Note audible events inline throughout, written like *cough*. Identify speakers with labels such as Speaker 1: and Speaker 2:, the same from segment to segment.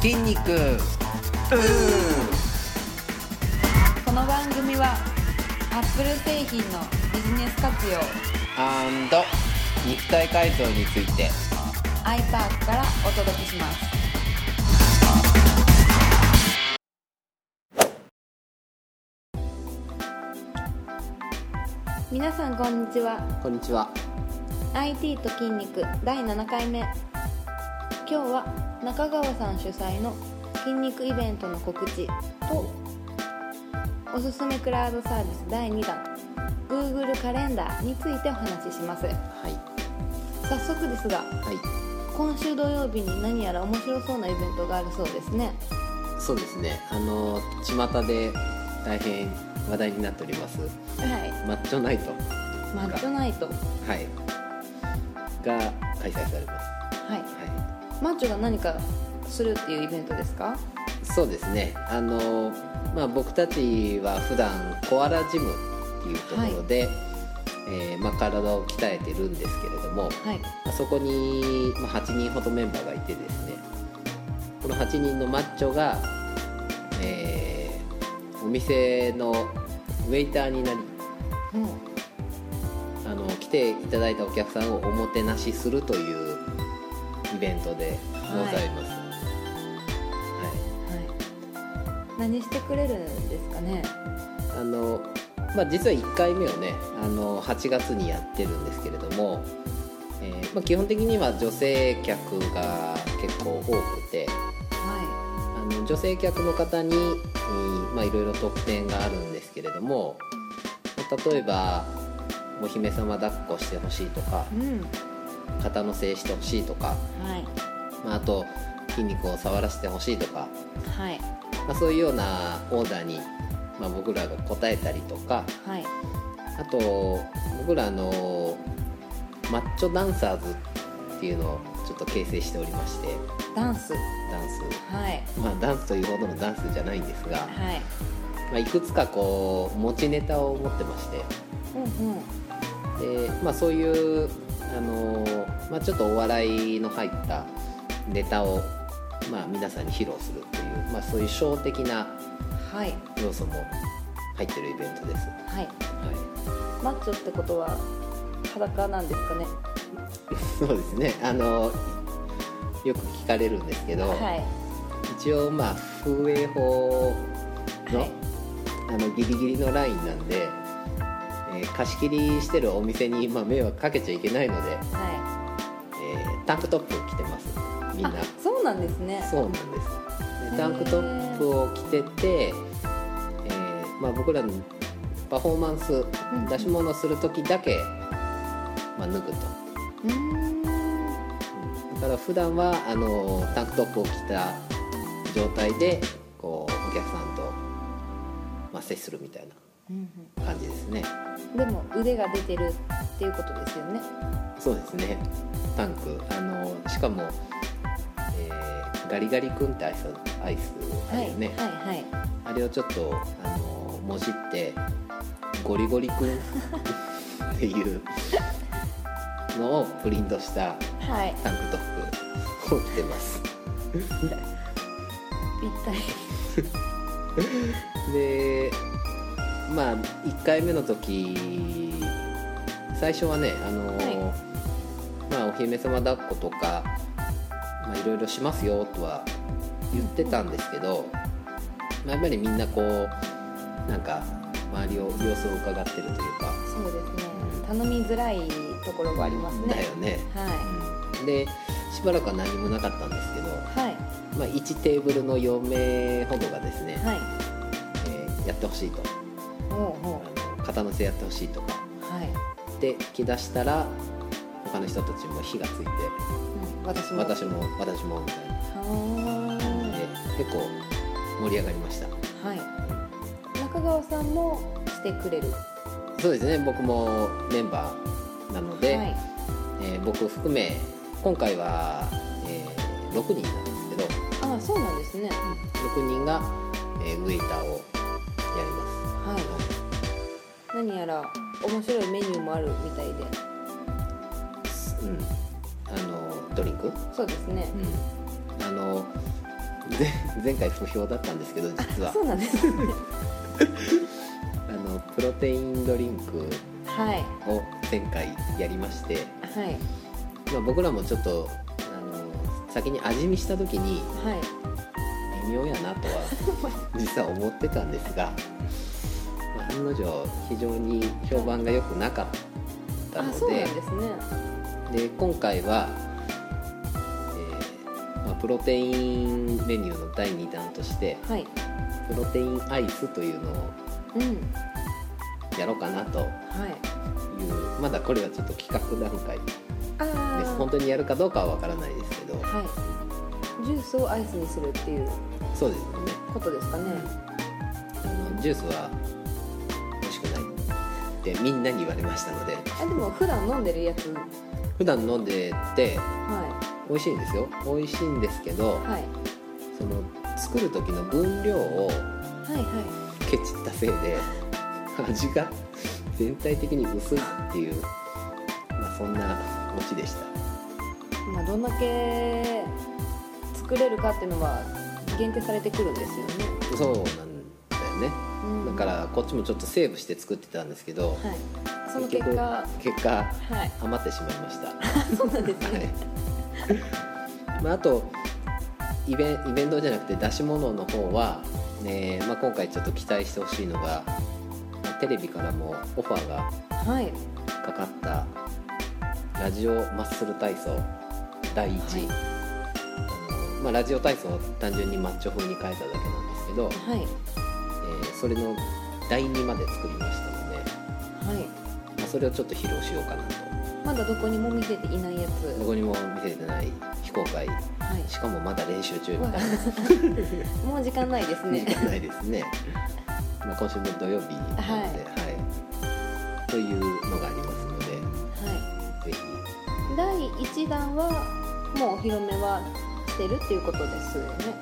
Speaker 1: 筋肉
Speaker 2: この番組はアップル製品のビジネス活用
Speaker 1: 肉体改造について
Speaker 2: iPark からお届けします皆さんこんにちは
Speaker 1: こんにちは
Speaker 2: IT と筋肉第7回目今日は中川さん主催の筋肉イベントの告知とおすすめクラウドサービス第2弾 Google カレンダーについてお話しします
Speaker 1: はい
Speaker 2: 早速ですが
Speaker 1: はい
Speaker 2: 今週土曜日に何やら面白そうなイベントがあるそうですね
Speaker 1: そうですねあの巷で大変話題になっております
Speaker 2: はい
Speaker 1: マッチョナイト
Speaker 2: マッチョナイトは
Speaker 1: はいが開催されます
Speaker 2: い
Speaker 1: はい
Speaker 2: マッチョが何かするっていうイベントですか
Speaker 1: そうですねあの、まあ、僕たちは普段コアラジムっていうところで、えーまあ、体を鍛えてるんですけれども、
Speaker 2: はい
Speaker 1: まあそこに、まあ、8人ほどメンバーがいてですねこの8人のマッチョが、えーお店のウェイターになり
Speaker 2: うん
Speaker 1: あの来ていただいたお客さんをおもてなしするというイベントでございます。はい
Speaker 2: はい何してくれるんですかね
Speaker 1: あのまあ、実は1回目をねあの8月にやってるんですけれども、えーまあ、基本的には女性客が結構多くて
Speaker 2: は
Speaker 1: あの女性客の方にうんまあいろいろ特典があるんですけれども、まあ例えばお姫様抱っこしてほしいとか
Speaker 2: いうん
Speaker 1: 肩のせいしてほしいとか、
Speaker 2: はい
Speaker 1: まあ、あと筋肉を触らせてほしいとか、
Speaker 2: はい
Speaker 1: まあ、そういうようなオーダーに、まあ、僕らが応えたりとか。
Speaker 2: はい
Speaker 1: あと僕らあのマッチョダンサーズっていうのをちょっと形成しておりまして
Speaker 2: ダンス
Speaker 1: ダンス
Speaker 2: はい
Speaker 1: まあダンスというほどのダンスじゃないんですが、
Speaker 2: はい
Speaker 1: まあ、いくつかこう持ちネタを持ってまして
Speaker 2: うんうん
Speaker 1: で、まあ、そういうあの、まあ、ちょっとお笑いの入ったネタを、まあ、皆さんに披露するという、まあ、そういうショー的な
Speaker 2: はい
Speaker 1: 要素も入ってるイベントです。
Speaker 2: はい
Speaker 1: はい
Speaker 2: マッチョってことは裸なんですかね
Speaker 1: そうですねあのよく聞かれるんですけど、
Speaker 2: はい
Speaker 1: 一応まあ風営法の,、
Speaker 2: はい
Speaker 1: あのギリギリのラインなんで、えー貸し切りしてるお店に、まあ、迷惑かけちゃいけないので、
Speaker 2: は
Speaker 1: えータンクトップ着てます
Speaker 2: い
Speaker 1: みんな
Speaker 2: あそうなんですね
Speaker 1: そうなんですでタンクトップを着てて、えーまあ、僕らのパフォーマンス
Speaker 2: ん
Speaker 1: 出し物する時だけ、まあ、脱ぐと。
Speaker 2: うーん
Speaker 1: だから普段はあのタンクトップを着た状態でこうお客さんと、まあ、接するみたい
Speaker 2: うん
Speaker 1: な感じですね
Speaker 2: うんでも腕が出てるっていうことですよね
Speaker 1: そうですねタンクあのしかも、えーガリガリ君ってアイスアイスあ
Speaker 2: は
Speaker 1: る
Speaker 2: い
Speaker 1: よね、
Speaker 2: はいはい
Speaker 1: あれをちょっとあのもじってゴリゴリ君っていうのをプリントした
Speaker 2: はい
Speaker 1: タンクトップを着てます
Speaker 2: ぴったり
Speaker 1: でまあ1回目の時最初はねあの、
Speaker 2: は
Speaker 1: まあ、お姫様抱っことか、まあ、いろいろしますよとは言ってたんですけど、まあ、やっぱりみんなこうなんか周りを様子を伺ってるというか、
Speaker 2: そうですね頼みづらいところがありますね
Speaker 1: だよね。
Speaker 2: は
Speaker 1: でしばらくは何もなかったんですけど、
Speaker 2: いはい
Speaker 1: まあ、1テーブルの4名ほどがですね、
Speaker 2: はい
Speaker 1: えーやってほしいと
Speaker 2: おうおう
Speaker 1: あの肩乗せやってほしいとか
Speaker 2: はい、
Speaker 1: で着出したら他の人たちも火がついて
Speaker 2: うん、私も
Speaker 1: 私も私もみたいな
Speaker 2: は
Speaker 1: 感じ
Speaker 2: ーい
Speaker 1: で結構盛り上がりました
Speaker 2: はい中川さんもしてくれる
Speaker 1: そうですね僕もメンバーなので、
Speaker 2: はい
Speaker 1: えー僕含め今回は、えー6人なんですけど
Speaker 2: あそうなんですね
Speaker 1: 6人が、えーウェイターをやりま、
Speaker 2: はい何やら面白いメニューもあるみたいです
Speaker 1: うん、あのドリンク、
Speaker 2: そうですね
Speaker 1: うん、あので前回不評だったんですけど実は
Speaker 2: そうなんですね
Speaker 1: あのプロテインドリンク
Speaker 2: はい
Speaker 1: を前回やりまして、
Speaker 2: はい
Speaker 1: まあ、僕らもちょっとあの先に味見した時に
Speaker 2: はい
Speaker 1: 微妙やなとは
Speaker 2: *laughs*
Speaker 1: 実は思ってたんですがまあ案の定非常に評判が良くなかった
Speaker 2: あ
Speaker 1: の
Speaker 2: そう
Speaker 1: で
Speaker 2: なんですね
Speaker 1: で今回は、えーまあ、プロテインメニューの第2弾として
Speaker 2: はい
Speaker 1: プロテインアイスというのを
Speaker 2: うん
Speaker 1: やろうかなという
Speaker 2: はい
Speaker 1: まだこれはちょっと企画段階で
Speaker 2: ああ
Speaker 1: す本当にやるかどうかはわからないですけど
Speaker 2: はいジュースをアイスにするっていう
Speaker 1: そうですね
Speaker 2: ことですかね
Speaker 1: あのジュースは美味しくないってみんなに言われましたので
Speaker 2: あでも普段飲んでるやつは
Speaker 1: 普段飲んでて
Speaker 2: い
Speaker 1: 美味しいんですよ美味しいんですけど
Speaker 2: はい
Speaker 1: その作る時の分量を
Speaker 2: はいは
Speaker 1: ケチったせいで *laughs* 味が全体的に薄いっていう、まあ、そんなオチでした
Speaker 2: いまあどんだけ作れるかっていうのは限定されてくるんですよね、
Speaker 1: そうなんだよね
Speaker 2: うん
Speaker 1: だからこっちもちょっとセーブして作ってたんですけど
Speaker 2: はいその結果は
Speaker 1: 結果
Speaker 2: い
Speaker 1: 余ってしまいました
Speaker 2: そうなんですね
Speaker 1: はい *laughs* まあ、あとイベンイベントじゃなくて出し物の方は、ねまあ、今回ちょっと期待してほしいのがまあテレビからもオファーが
Speaker 2: はい
Speaker 1: かかったラジオマッスル体操第1、
Speaker 2: は
Speaker 1: あのまあ、ラジオ体操を単純にマッチョ風に変えただけなんですけど、
Speaker 2: はい
Speaker 1: えーそれの第2まで作りましたので、
Speaker 2: は
Speaker 1: まあ、それをちょっと披露しようかなと
Speaker 2: いまだどこにも見せていないやつ
Speaker 1: どこにも見せてない非公開
Speaker 2: はい
Speaker 1: しかもまだ練習中みたいな
Speaker 2: もう時間ない *laughs* ですね
Speaker 1: 時間ないですね。 *laughs* まあ今週の土曜日なので、
Speaker 2: はい
Speaker 1: はいというのがありますので、
Speaker 2: は
Speaker 1: ぜひ
Speaker 2: い第一弾はもうお披露目はしてるっていうことですよね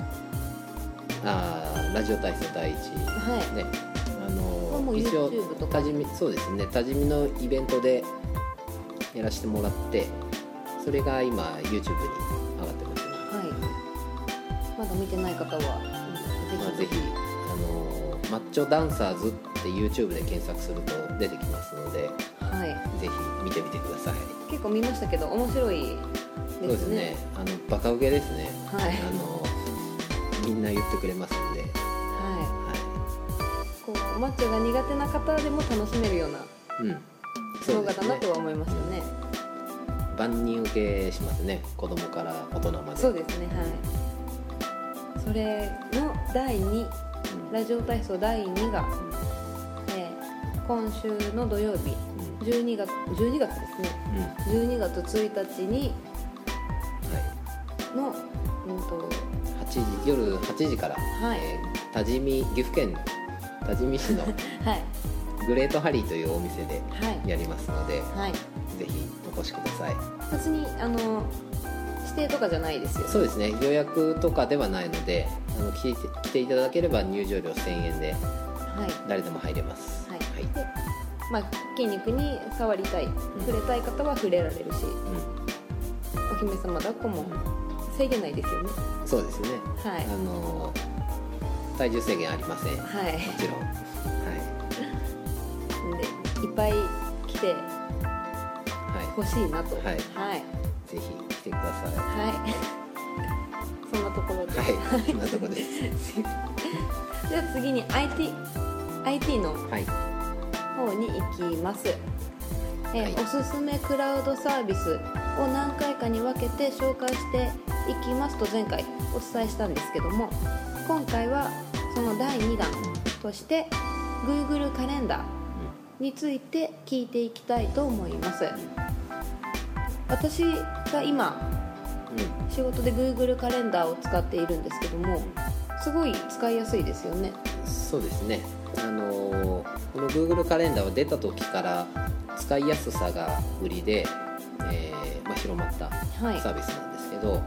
Speaker 1: あーラジオ体操第一
Speaker 2: はい
Speaker 1: ね、あ
Speaker 2: あも
Speaker 1: の
Speaker 2: う
Speaker 1: ー一応
Speaker 2: YouTube とか
Speaker 1: 多治見そうですね、多治見のイベントでやらせてもらって、それが今 YouTube に上がってますね。
Speaker 2: はいまだ見てない方は
Speaker 1: まあぜひあのーマッチョダンサーズって YouTube で検索すると出てきますので、ぜ
Speaker 2: はい
Speaker 1: ひ見てみてください。
Speaker 2: 結構見ましたけど面白い
Speaker 1: そう
Speaker 2: で
Speaker 1: ですす
Speaker 2: ね
Speaker 1: ね。あのバカウケですね。
Speaker 2: はい
Speaker 1: あのみんな言ってくれますんで、
Speaker 2: は
Speaker 1: はい、
Speaker 2: こうマッチョが苦手な方でも楽しめるようない
Speaker 1: うん、
Speaker 2: 動画だなとは思いましたね
Speaker 1: 万人受けしますね。子供から大人まで。
Speaker 2: そうですねはいそれの第2
Speaker 1: うん
Speaker 2: ラジオ体操第2が、えー今週の土曜日12月12月ですね
Speaker 1: うんうんは
Speaker 2: 12月1日に
Speaker 1: い
Speaker 2: の、うんと、
Speaker 1: 八時夜8時から、
Speaker 2: はい
Speaker 1: えー多治見岐阜県の多治見市の
Speaker 2: はい
Speaker 1: グレートハリーというお店で
Speaker 2: はい
Speaker 1: やりますので、
Speaker 2: はい
Speaker 1: ぜひお越しください。
Speaker 2: 別にあの指定とかじゃないですよ
Speaker 1: そうですね。予約とかではないので、あの来て来ていただければ入場料1000円で
Speaker 2: はい
Speaker 1: 誰でも入れます。
Speaker 2: はい
Speaker 1: はい
Speaker 2: でまあ筋肉に触りたい触れたい方は触れられるしお姫様抱っこも制限ないですよね
Speaker 1: うん、そうですね。
Speaker 2: はい
Speaker 1: あの体重制限ありません。も
Speaker 2: はい
Speaker 1: ちろん。は
Speaker 2: なんでいっぱい来て
Speaker 1: いは
Speaker 2: ほしいなと
Speaker 1: はい
Speaker 2: はい
Speaker 1: い。ぜひ来てくださ
Speaker 2: はい。 *laughs* そんなところで。
Speaker 1: い。はい。そんなとこです。
Speaker 2: じゃあ次に IT IT の
Speaker 1: はい。
Speaker 2: 方に行きます。えー
Speaker 1: はい
Speaker 2: おすすめクラウドサービスを何回かに分けて紹介していきますと前回お伝えしたんですけども今回はその第2弾として Google カレンダーについて聞いていきたいと思います私が今
Speaker 1: うん。
Speaker 2: 仕事で Google カレンダーを使っているんですけどもすごい使いやすいですよね
Speaker 1: そうですね。あのこの Google カレンダーは出た時から使いやすさが売りで、えーまあ広まった
Speaker 2: はい
Speaker 1: サービスなんですけど、あの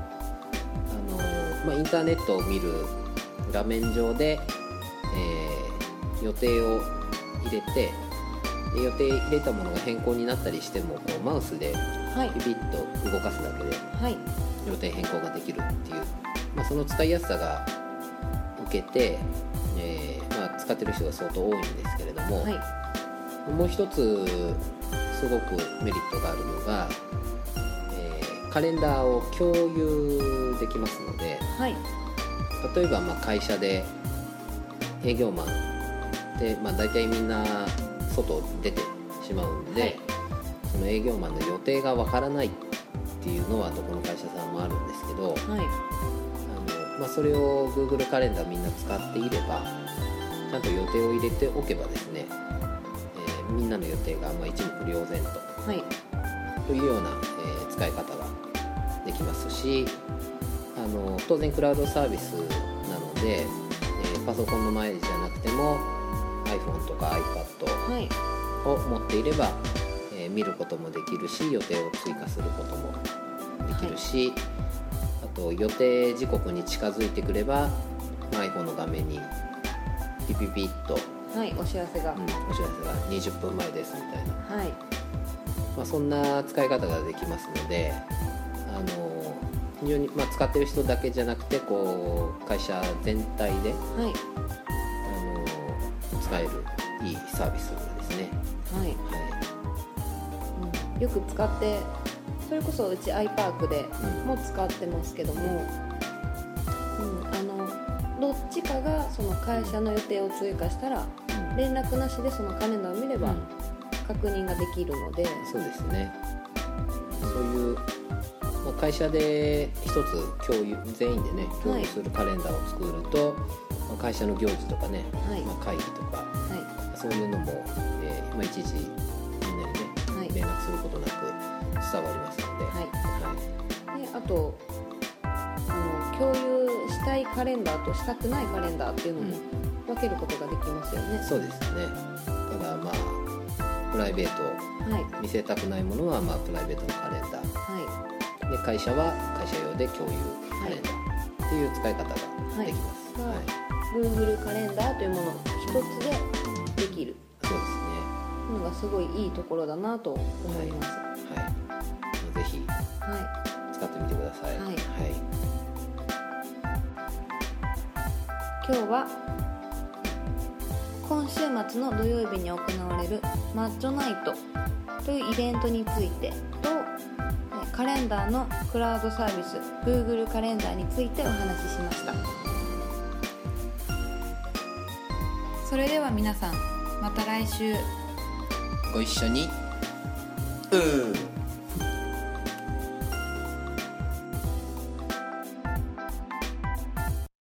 Speaker 1: まあインターネットを見る画面上で、えー予定を入れてで予定入れたものが変更になったりしてもこうマウスで
Speaker 2: はい
Speaker 1: ピピッと動かすだけで
Speaker 2: はい
Speaker 1: 予定変更ができるっていうまあ、その使いやすさが受けて、えーまあ、使ってる人が相当多いんですけれども、
Speaker 2: はい
Speaker 1: もう一つすごくメリットがあるのが、えーカレンダーを共有できますので
Speaker 2: はい
Speaker 1: 例えばまあ会社で営業マンで、まあ、大体みんな外出てしまうんで、
Speaker 2: はい
Speaker 1: その営業マンの予定がわからないっていうのはどこの会社さんもあるんですけど
Speaker 2: はい
Speaker 1: あの、まあ、それを Google カレンダーみんな使っていればちゃんと予定を入れておけばですね、えーみんなの予定がまあ一目瞭然と。
Speaker 2: はい
Speaker 1: というような、えー使い方ができますしあの当然クラウドサービスなので、えーパソコンの前じゃなくても iPhone とか iPad
Speaker 2: はい
Speaker 1: を持っていれば、えー見ることもできるし予定を追加することもできるし、あと予定時刻に近づいてくれば、まあ iPhone の画面にピピピッと、
Speaker 2: はいお知らせが、
Speaker 1: うんお知らせが20分前ですみたいな
Speaker 2: はい
Speaker 1: まあ、そんな使い方ができますのであの非常に、まあ、使ってる人だけじゃなくてこう会社全体で
Speaker 2: はい
Speaker 1: あの使えるいいサービスですね、
Speaker 2: はい、
Speaker 1: は
Speaker 2: うん、よく使ってそれこそうち iPark で
Speaker 1: いうん
Speaker 2: も使ってますけども、うん、あのどっちかがその会社の予定を追加したら
Speaker 1: うん
Speaker 2: 連絡なしでそのカレンダーを見れば
Speaker 1: うん
Speaker 2: 確認ができるので、
Speaker 1: そうですねそういう、まあ、会社で一つ共有全員でね共有するカレンダーを作ると、まあ会社の行事とかね、
Speaker 2: はい
Speaker 1: まあ、会議とか
Speaker 2: は
Speaker 1: そういうのも、えーまあ、いちいちみんなにね
Speaker 2: いはい
Speaker 1: 連絡することなく伝わりますので、
Speaker 2: はい
Speaker 1: はい
Speaker 2: であとあの共有したいカレンダーとしたくないカレンダーっていうのも分けることができますよね、
Speaker 1: そうですねただまあプライベート
Speaker 2: はい
Speaker 1: 見せたくないものはまあプライベートのカレンダ
Speaker 2: は
Speaker 1: ーで会社は会社用で共有カレンダーっていう使い方ができます、
Speaker 2: は
Speaker 1: はいい
Speaker 2: い Google カレンダーというもの一つでできる
Speaker 1: そう
Speaker 2: のがすごいいいところだなと思います
Speaker 1: ですねはいぜひ
Speaker 2: は
Speaker 1: 使ってみてくださ
Speaker 2: は
Speaker 1: い
Speaker 2: い
Speaker 1: はい、
Speaker 2: い、今日は今週末の土曜日に行われるマッチョナイトというイベントについてとえカレンダーのクラウドサービス Google カレンダーについてお話ししましたそれでは皆さんまた来週
Speaker 1: ご一緒にうー